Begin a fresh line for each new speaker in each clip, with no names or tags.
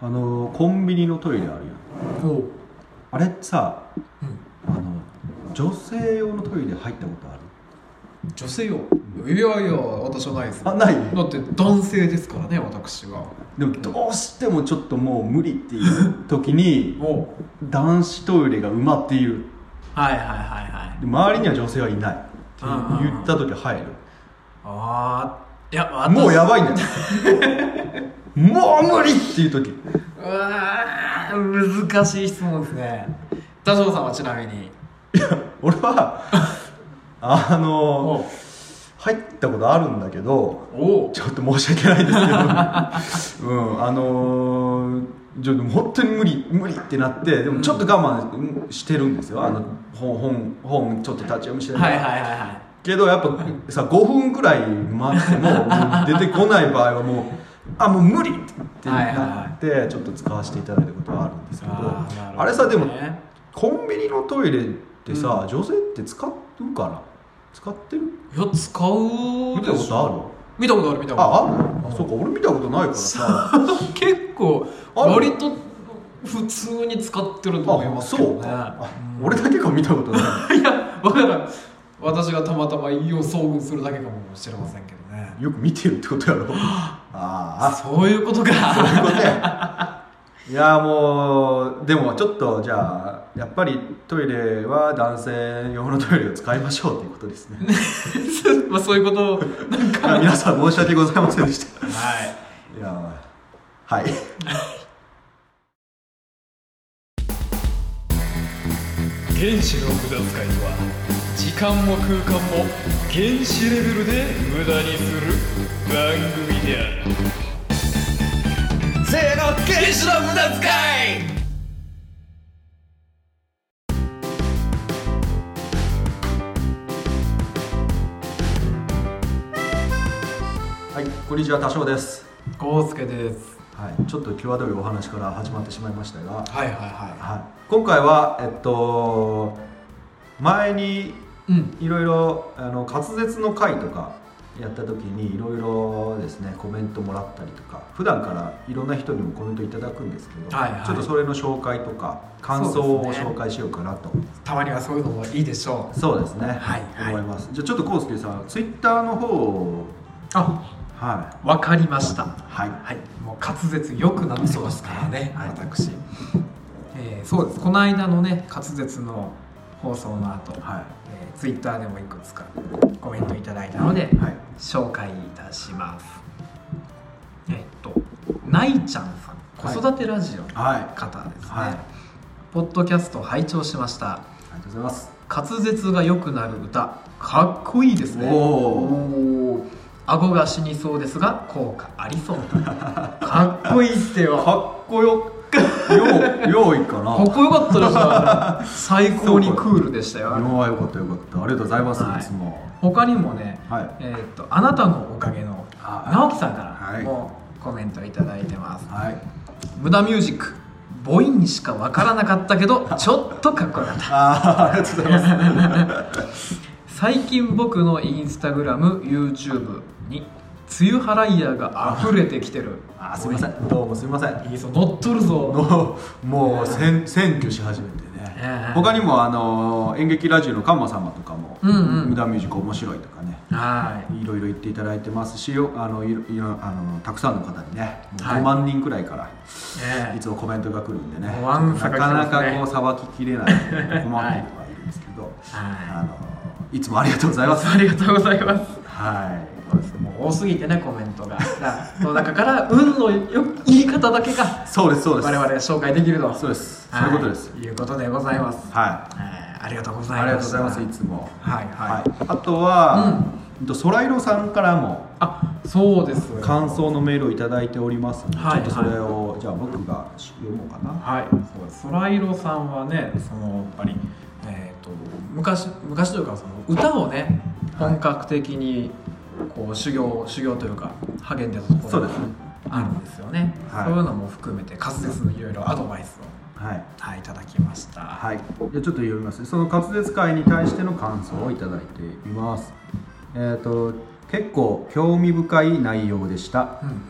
あのコンビニのトイレあるやん
おう
あれさ
うん
あの女性用のトイレ入ったことある
女性よいやいや私はないです
あない
だって男性ですからね私は
でもどうしてもちょっともう無理っていう時に
お
男子トイレが埋まっている
はいはいはいはい
で周りには女性はいないって
うん
言った時入る
ああいや私
もうやばいんだよ もう無理っていう時
うわー難しい質問ですね田代さんはちなみに
俺はあの
お
入ったことあるんだけど
お
ちょっと申し訳ないですけど、 うん、あのー、ちょっと本当に無理無理ってなってでもちょっと我慢してるんですよあの本本本ちょっと立ち読みしてる
はいはいはいはい
けどやっぱさ5分くらい待ってももう出てこない場合はもうあもう無理ってなって、ちょっと使わせていただいたことはあるんですけど
あーなるほど
あ
ね
れさでもコンビニのトイレってさ、女性って使うかな使ってる
いや使う
見
で
たこ
し
とあ
ょ
る
見たことある見たことあ
ああるあそうか俺見たことないからさ
る結構
ある
割と普通に使ってると思い
あ
ます
そ
けど
う
ね
かあ
うん
俺だけか見たことない
いやわからん私がたまたま胃を遭遇するだけかもしれませんけどね
よく見てるってことや ろああ
そういうこと
そう
か
いうことやいやもうでもちょっとじゃあやっぱりトイレは男性用のトイレを使いましょうということですね
まあそういうことなんか
いや皆さん申し訳ございませんでした
はい
いやはい
原子の無駄遣いとは時間も空間も原子レベルで無駄にする番組であるせーの原子の無駄遣い
はいこんにちは多少です
コウスケです
はいちょっと際どいお話から始まってしまいましたが
はいはいは
はい、今回は、えっと、前に
いうん
いろいろあの滑舌の回とかやった時にいろいろですねコメントもらったりとか普段からいろんな人にもコメントいただくんですけど、
はいはい
ちょっとそれの紹介とか感想を紹介しようかなと
たまにはそういうのもいいでしょう
そうですね
はいはい
思いますじゃあちょっとコウスケさんツイッターの方を
あ
は
わかりました
いはい
はい、もう滑舌良くなってますからね、
はい
私、えーそうですこの間のね滑舌の放送の後、
は
えツイッター Twitter でもいくつかコメントいただいたので、
いはい
紹介いたしますえっとないちゃんさん
はい
子育てラジオの
はいあ
方ですね、
はい
ポッドキャスト拝聴しました
りがとうございます
滑舌が良くなる歌かっこいいですね
おー
おー顎が死にそうですが効果あり そうかっこいいってよ
かっこよよ用意かな
かっこよかったですよあれ最高にクールでしたよあれ
あよかったよかったありがとうございます、
はい
い、つも
他にもね
はい
えーっとあなたのおかげの
はい
直樹さんか
は
ら
い
もコメントいただいてます
はい
無駄ミュージック母音にしかわからなかったけどちょっとかっこよかった
あーありがとうござい
最近僕のインスタグラム YouTube に梅雨払い屋が溢れてきてる
ますあすいませんどうもすいません
いいぞ乗っとるぞ
のもうせん占拠し始めてね
ええ
他にもあの演劇ラジオのカンマ様とかも「
うんうん
無駄ミュージック面白い」とかね
はい
いろいろ言っていただいてますしよあのいろいろあのたくさんの方にねもう
はい
5万人くらいからい
ね
つもコメントが来るんでね
わん
な
さか来
か
ま
な
すね
かこうさばききれないので困ってるはいるんですけど、
は
あのいつもありがとうございます
いありがとうございます
はい、そうです
もう多すぎてねコメントがだその中から運のよ言い方だけが
そうです、そうで
我
す。
々が紹介できると
そうです、そういうことです。
はいいうことでございます
は
はいありがとうご
い、
ざいます
ありがとうございます、いつも。
はいはい、
はい、あとは、えっと、空色さんからも
あそうです
感想のメールをいただいておりますので、ち
はい
ょっとそれを、じゃあ、僕が読もうかな。
はい、そうです。空色さんはね、そのやっぱり、えっ、と昔昔というかその歌をね、
はい
本格的にこう修行修行というか励んでたところ
そうですね
あるんですよね。
はい
そういうのも含めて滑舌のいろいろアドバイスを
はい。
はいいただきました。
はい、じゃあちょっと読みますその滑舌会に対しての感想をいただいていますえっ、と結構興味深い内容でした
うんうん、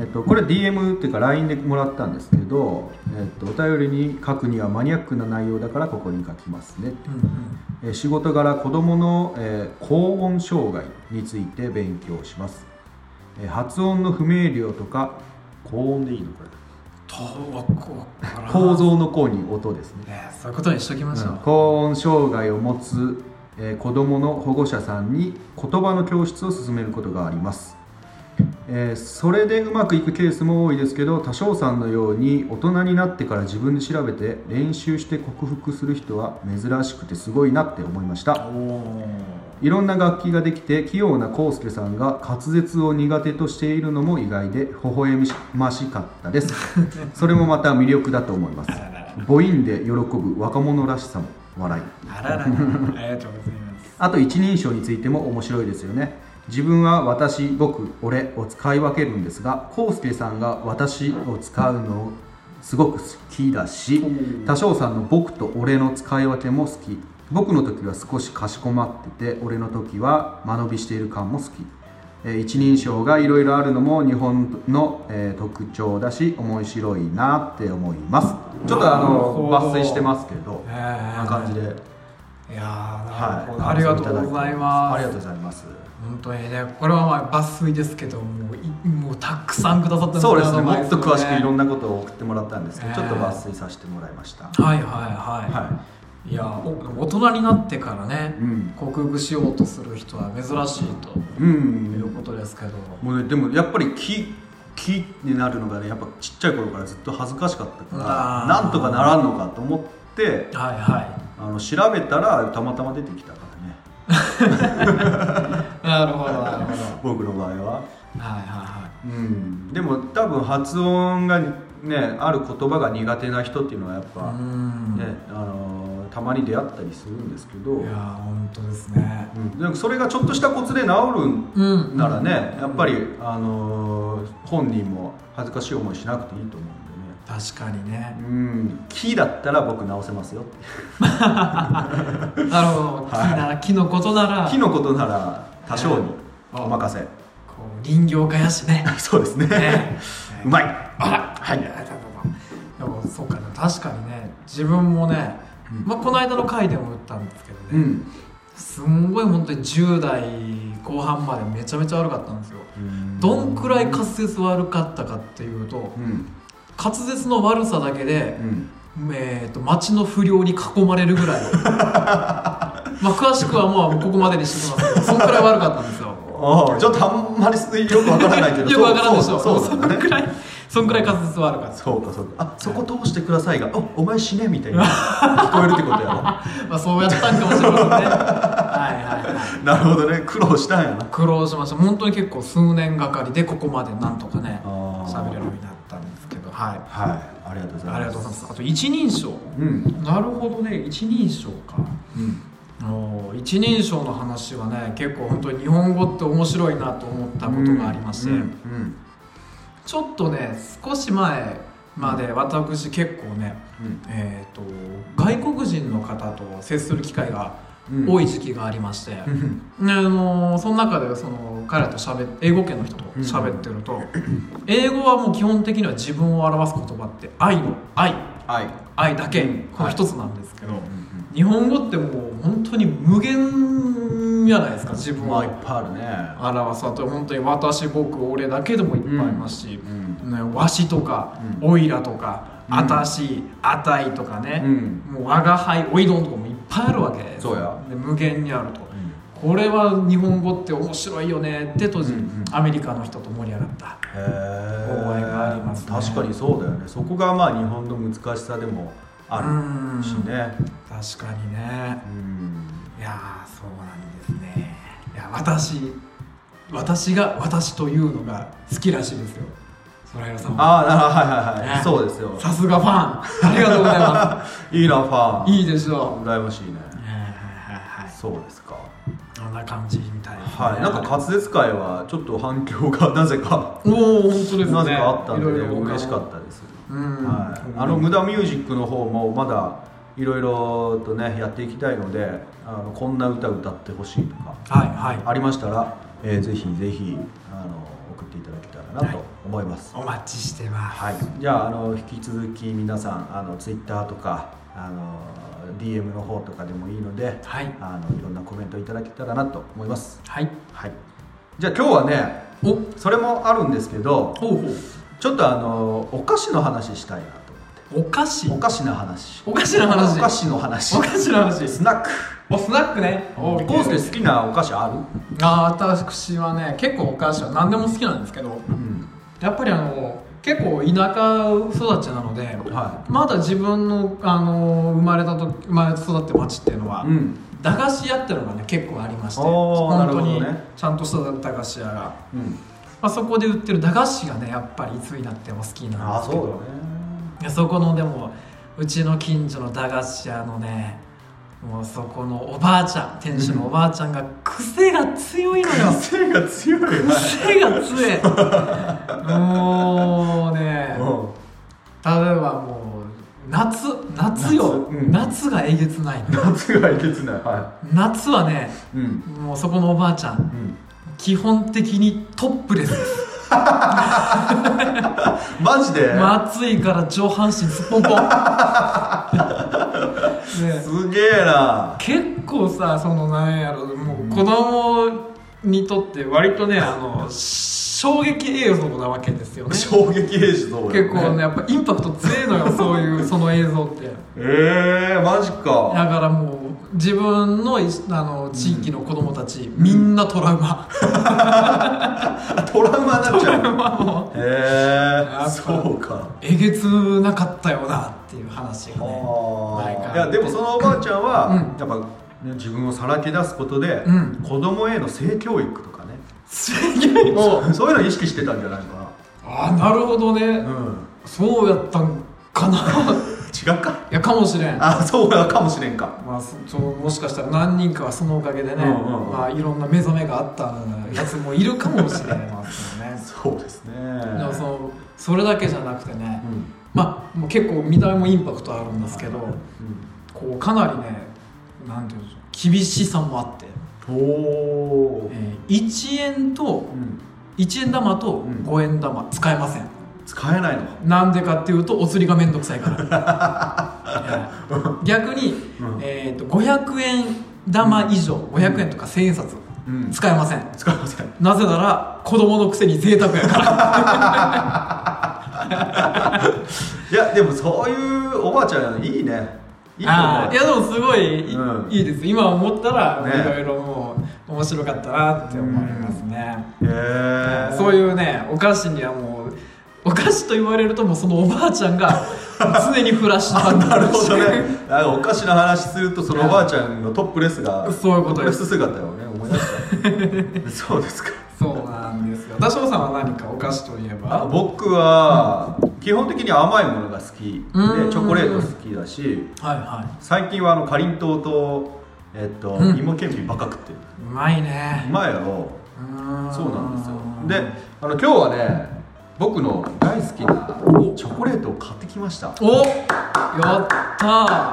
えっと、これ DM っていうか LINE でもらったんですけど、えっと、お便りに書くにはマニアックな内容だからここに書きますね、えー仕事柄子どもの、えー高音障害について勉強します、えー発音の不明瞭とか高音でいいのこれ構造の高に音ですね
ねそういうことにしときましょう、
高音障害を持つ、えー子どもの保護者さんに言葉の教室を進めることがあります、えーそれでうまくいくケースも多いですけど多少さんのように大人になってから自分で調べて練習して克服する人は珍しくてすごいなって思いましたいろんな楽器ができて器用なコウスケさんが滑舌を苦手としているのも意外で微笑ましかったですそれもまた魅力だと思います
あらら
母音で喜ぶ若者らしさも笑い
あらららありがとうございます
あと一人称についても面白いですよね自分は私僕俺を使い分けるんですがコウスケさんが私を使うのすごく好きだし多少さんの僕と俺の使い分けも好き僕の時は少しかしこまってて俺の時は間延びしている感も好きえー一人称がいろいろあるのも日本の、えー特徴だし面白いなって思いますちょっとあの
なるほど
抜粋してますけどこん
へー
な感じで、はい、
いやーなるほど、ありがとうございます
ありがとうございます
本当にねこれはまあ抜粋ですけどもういもうたくさんくださった
そうですね、もっと詳しくいろん
な
なことを送ってもらったんですけど、
えー
ちょっと抜粋させてもらいました。
はいはいはい、、
はい
やお大人になってからね、
うん
克服しようとする人は珍しいと
い、う、
いうんことですけど、
もうね、でもやっぱり木、木になるのがね、やっぱちっちゃい頃からずっと恥ずかしかったから
あ、ー
なんとかならんのかと思って、
はいはい
あの調べたら、たまたま出てきたからね、
なるほどなるほどはい
僕の場合は。
はいは
うん、でも多分発音がね、ある言葉が苦手な人っていうのは、やっ
いう
ぱ、
ん
ね、あのーたまに出会ったりするんですけど
い。や本当ですね
うん、なんかそれがちょっとしたコツで治るん
うん
ならね、やっぱり、あのー本人も恥ずかしい思いしなくていいと思う
確かにね
んでねうん木だったら僕直せますよって
なるほど、木な木のことなら
木のことなら多少に
あ
お任せ、
こう林業家やしね
そうですね
ね
うまい
はいでもそうかな確かにね自分もね、まあ、この間の回でも言ったんですけどね、
うん、
すんごい本当に10代後半までめちゃめちゃ悪かったんですよどんくらい滑舌悪かったかっていうと
うん
滑舌の悪さだけで
う、ん
えー、と町の不良に囲まれるぐらいまあ詳しくはもうここまでにしてきますけどそんくらい悪かったんですよ
ああちょっとあんまりよくわからないけど
よくわからんでしょ
そう
そ
そうんだね
くらいそんくらい滑舌悪かった
そうかそうかあそこ通してくださいがおお前死ねみたいな聞こえるってことやろ
まあそうやったんかもしれませんねはいはいはい
なるほどね苦労したんやな
苦労しました本当に結構数年がかりでここまでなんとかね
あー
喋れるようになったんですけどはいあ
はいありがとうございます
りがとうございますあと一人称
うん
なるほどね一人称か
うん
おー一人称の話はね結構本当に日本語って面白いなと思ったことがありまして、
うんうん
ちょっとね少し前まで私結構ね、
うん
えー、と外国人の方と接する機会が
うん
多い時期がありまして、
うん
であのその中でその彼らと喋っ英語圏の人と喋ってると、英語はもう基本的には自分を表す言葉って愛の愛
はい
愛だけ、
うん
この一つなんですけど、
うん
日本語ってもう本当に無限じゃないですか自
う
分
ん
を
まあいっぱいあるね
表すあと本当に私僕俺だけでもいっぱいありますし、
う
ね、わしとか、
う
おいらとか、
うん
あたしあたいとかね、
うん
もう我が輩おいどんとかもいっぱいあるわけです
そうや
で無限にあると、これは日本語って面白いよねって当時、
うんうん
アメリカの人と盛り上がった
へ
覚えがあります
え
ね
確かにそうだよねそこがまあ日本の難しさでもあ
うん
るしね
確かにね
うん
いやーそうなんですねいや私私が私というのが好きらしいですよソライラさんは
ああはいはいは
ね
いそうですよ
さ すがファンありがとうございま
いいなファ
す
ン
いいでしょう
羨ましいね
はいはいはいはい
そうですか
こんな感じみたいですね
はいなんか滑舌会はちょっと反響が なぜか
おお本当ですね
なぜかあったんで
いろ
ね
いろ
嬉しかったです
うん、
はい、あの無駄ミュージックの方もまだいろいろとねやっていきたいのであのこんな歌歌ってほしいとか
はいはい
ありましたら、えーぜひぜひあの送っていただけたらなと思います、
お待ちしてます。
はい、じゃああの引き続き皆さんあのツイッターとかあの DM の方とかでもいいので、
はい
あのいろんなコメントいただけたらなと思います。
はい。
はい、じゃあ今日はね
お、
それもあるんですけど
ほうほう。
ちょっとあのお菓子の話したいなと
お菓子
思ってお。菓子の話
お菓子の
お
話。
菓子の話
お菓子の話。
スナック
おスナックね。
コ
お
ースで好きなお菓子あ
あー私はね結構お菓子は何でも好きなんですけど
る、うん
やっぱりあの結構田舎育ちなので
は
まだ自分のあの生まれたと生まれて育った町っていうのは、
うん
駄菓子屋っていうのがね結構ありまして
あー
本当に
なるほどね
ちゃんとした駄菓子屋が、ま
うん、
あ、そこで売ってる駄菓子がねやっぱりいつになっても好きなん
あ
で
あそ
すけど
う
いやそこのでもうちの近所の駄菓子屋のねもうそこのおばあちゃん店主のおばあちゃんが癖が強いの よ
だね癖が強いよね
癖が強いもうね
うん
例えばもう夏夏よ
夏う
夏,、
ん
がえげつない
夏がいけつないは
夏はね
いうん
もうそこのおばあちゃん基本的にトップレスです
マジで、
もう暑いから上半身すっぽん ぽんね
すげえな
結構さそのなんやろもう子供にとって割とねあの衝撃映像なわけですよね
衝撃映像や
結構ねやっぱインパクト強いのよそういうその映像って
ええー、マジ
だ
か
からもう自分のいあの地域の子供たち、みんなトラウマ
トラウマになっ
ト
ち
ラウ
ゃう
マ も
へえ
やっ
ー、
ぱ
そうか
えげつなかったよなっていう話がね前か
あ
ら
あいやでもそのおばあちゃんは、
うん
やっぱ、ね、自分をさらけ出すことで、
うん
子供への性教育とかね
すげえ
そういうの意識してたんじゃないか
あなるほどね、
なうん
そうやったんかな
違うか
いやかもしれん
あそうかもしれんか
まあ、そそうもしかしたら何人かはそのおかげでね、
うんうんうん
まあ、いろんな目覚めがあったやつもいるかもしれませんね
そうですね
でもそのそれだけじゃなくてね、
うん
まあもう結構見た目もインパクトあるんですけど、
う
こうかなりねなんていうんでしょう厳しさもあって、
ん、お
え
ー
ー、1円と
うん、
1円玉と
うん
5円玉使えません、
使えないの
なんでかっていうとお釣りがめんどくさい から、えー逆に、
うん
えー、と500円玉以上500円とか1000円札
うん
使えません、
使えません
なぜなら子供のくせに贅沢やから
いやでもそういうおばあちゃんいいねいいと
あ
思う
ーいやでもすごいい,、
うん
いです今思ったら、
ね
いろいろもう面白かったなって思いますね、
へえ
そう
う
いうねお菓子にはもうお菓子と言われるともうそのおばあちゃんが常にフラッシュ バック
なるほどね なんかお菓子の話するとそのおばあちゃんのトップレスが
そういうこ
トッ
と
プ
で
レ
す
ス姿をね思い出したそうですか
そうなんですよ田代さんは何かお菓子といえ
あ
ば
僕は基本的に甘いものが好きで
うん
チョコレート好きだし
はいは
最近はあのかりんとうとえっと、
うん
芋けんぴばっか食ってる
いうまいうね
まいやろ
うーん
そうなんですよであの今日はね僕の大好きなチョコレートを買ってきましたこ
おやった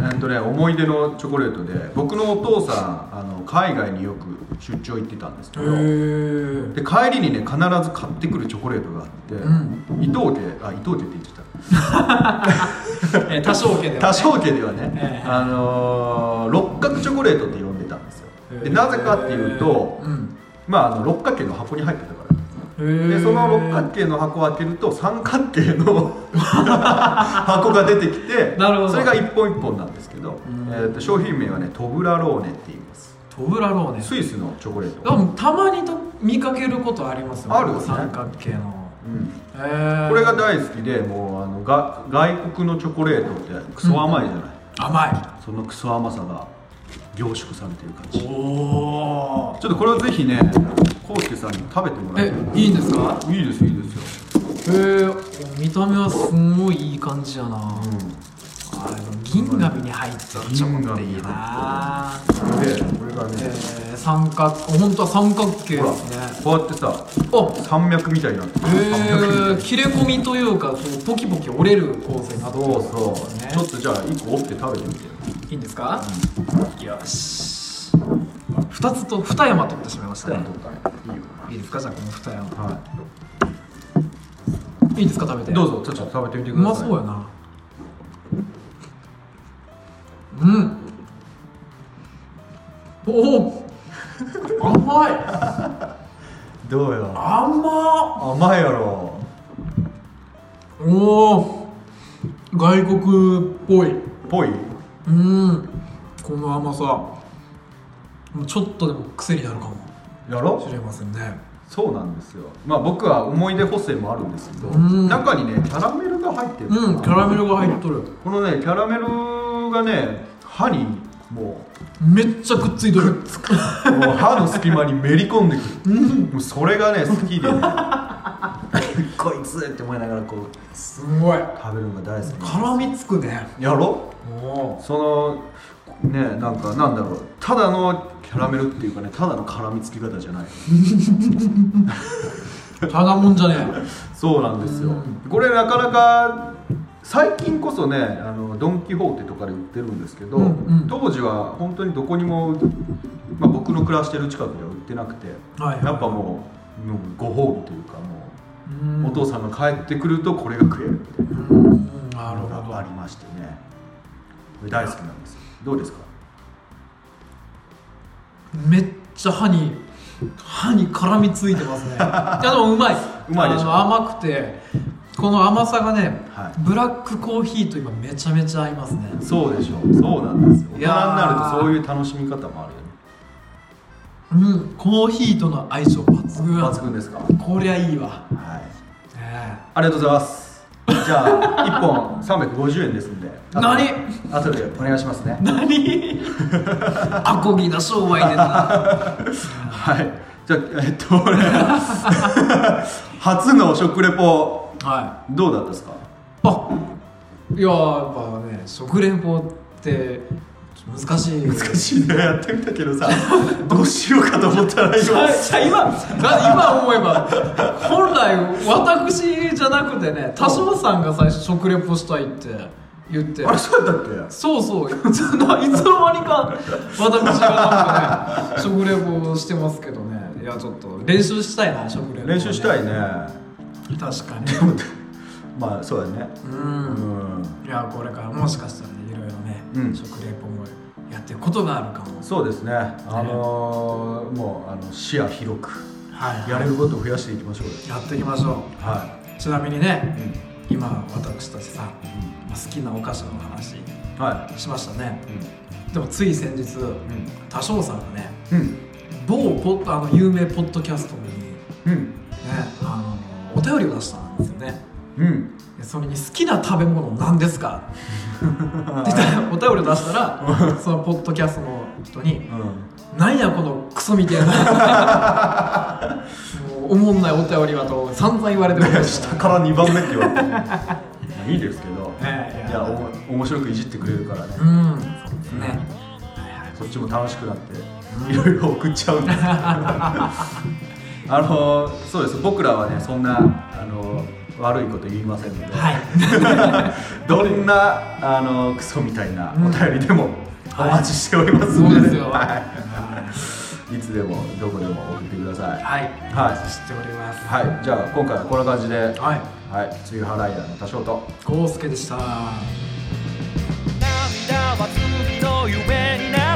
れえっとね思い出のチョコレートで僕のお父さんあの海外によく出張行ってたんですけど
ーへえ
で帰りにね必ず買ってくるチョコレートがあって、
ん
伊藤家あ伊藤家って言っちゃった
え多少家では、ね、
多少家ではね、
ええ
あのー六角チョコレートって呼んでたんですよでなぜかっていうと、
うん
まああの六角形の箱に入ってたから
へー
でその六角形の箱を開けると三角形 の箱が出てきて
なるほど
それが一本一本なんですけど、
ん
えーと商品名はねトブラローネって言います
トブラローネ
スイスのチョコレー
で
ト、
もたまにと見かけることありますよね
あるよね
三角形の
うん、
へー
これが大好きでもうあのが外国のチョコレートってクソ甘いじゃない、
甘い
そのクソ甘さが凝縮されてる感じ
おお
ちょっとこれをぜひね、コウスケさんに食べてもらい
え
たい。
いいんですか
いいですよ、いいですよ。
へえ見た目はすんごいいい感じやな、あでも銀紙に入ったチョコっていいな
うん。で、これが
え
ね、
ー、三角本当は三角形で
ほら
すね、
こうやってさ、
あ
山脈みたいになってる。
へえ
山脈みたい
切れ込みというかこうポキポキ折れる構成になってる
そうそう、
ね
ちょっとじゃあ、一個折って食べてみてよ。
いいんですか、よし二つと二山取ってしまいましたね
取ったねいいよ
いいですかじゃあこの二山
はい
いいですか食べて
どうぞちょっと食べてみて
う
くだ
ま
さい
そうやなうんおお甘い
どうよ
甘っ
甘いやろ
おお外国っぽい
ぽい
うんこの甘さもうちょっとでも癖になるかも
やろ
しれませんね
そうなんですよまあ僕は思い出補正もあるんですけど
うん
中にねキャラメルが入ってる
うんキャラメルが入っとる
このねキャラメルがね歯にも
めっちゃくっついとるつく
うもう歯の隙間にめり込んでくるもうそれがね好きで、ね、 こいつって思いながらこう
すごい
食べるのが大好き
絡みつくね
やろ
おお
そのねなんかなんだろうただのキャラメルっていうかねただの絡みつき方じゃない
ただもんじゃねえ
そうなんですよ
うん
これなかなか最近こそねあのドン・キホーテとかで売ってるんですけど、
うんうん
当時は本当にどこにも、まあ、僕の暮らしてる近くでは売ってなくて
はいはい
やっぱもうもうご褒美というかもう、
うん
お父さんが帰ってくるとこれが食えるみたい
うんな
な
る
の
ほ
があ
ど
りましてねこれ大好きなんですよどうですか
めっちゃ歯に歯に絡みつい てますねいやでもうまいう
まいでしょ
あの甘くてこの甘さがね、
は
ブラックコーヒーと今めちゃめちゃ合いますね
そうでしょうそうなんですよ大人に
いやー
なるとそういう楽しみ方もあるよね
うんコーヒーとの相性抜群
抜群ですかはい
こりゃいいわ、え
ありがとうございます。じゃあ、1本350円ですんで。
何
あとでお願いしますね
え。何アコギな商売 でな
はい。じゃあ、えっと、俺 初の食レポ、
は
どうだったですか
いあいやーやっぱね食レポって難しい難
難しいね、やってみたけどさ、どうしようかと思ったら
じ
今
ゃ。あじゃあ今な今思えば本来私じゃなくてね多少さんが最初食レポしたいって言って
あれ、そうだったっけ
そうそう いつのいつの間にか私がなんかね食レポをしてますけどねいやちょっと練習したいな食レポ、
練習したいね。
確かに
まあ、そうだね。
う
うんん。
いやこれからもしかしたらねいろいろね、
うん
食レポもやっていくことがあるかも
そうですね。あのー、もう、あの視野広く、
はい
やれることを増やしていきましょうよ。
やっていきましょ
は
うちなみにね
い。
今私たちさまあ好きなお菓子の話
うん。は
しましたね
い。うん。
でもつい先日多少さんがね
うん、
某ポッあの有名ポッドキャストにね
うん、
あのお便りを出したんですよね
うん、
でそれに好きな食べ物なんです かって言ったらお便りを出したらそのポッドキャストの人に「なんやこのクソみたいなもうおもんないお便りは」と散々言われておりました
下から2番目って言われてまあいいですけど、
ねえ
いやおも面白くいじってくれるからね、
うんそうですね
こっちも楽しくなっていろいろ送っちゃうんです けどあのそうです僕らはねそんなあの悪いこと言いませんので、
はい
どんなあのクソみたいなお便りでもお
はい
待ちしておりますの
そ
で、
うですよ
はい、いつでもどこでも送ってください。
はい
はい
知っております
はい、じゃあ今回はこんな感じで、はい、
はい
梅雨払いやの多少と。
ゴースケでした
「涙は罪の夢にな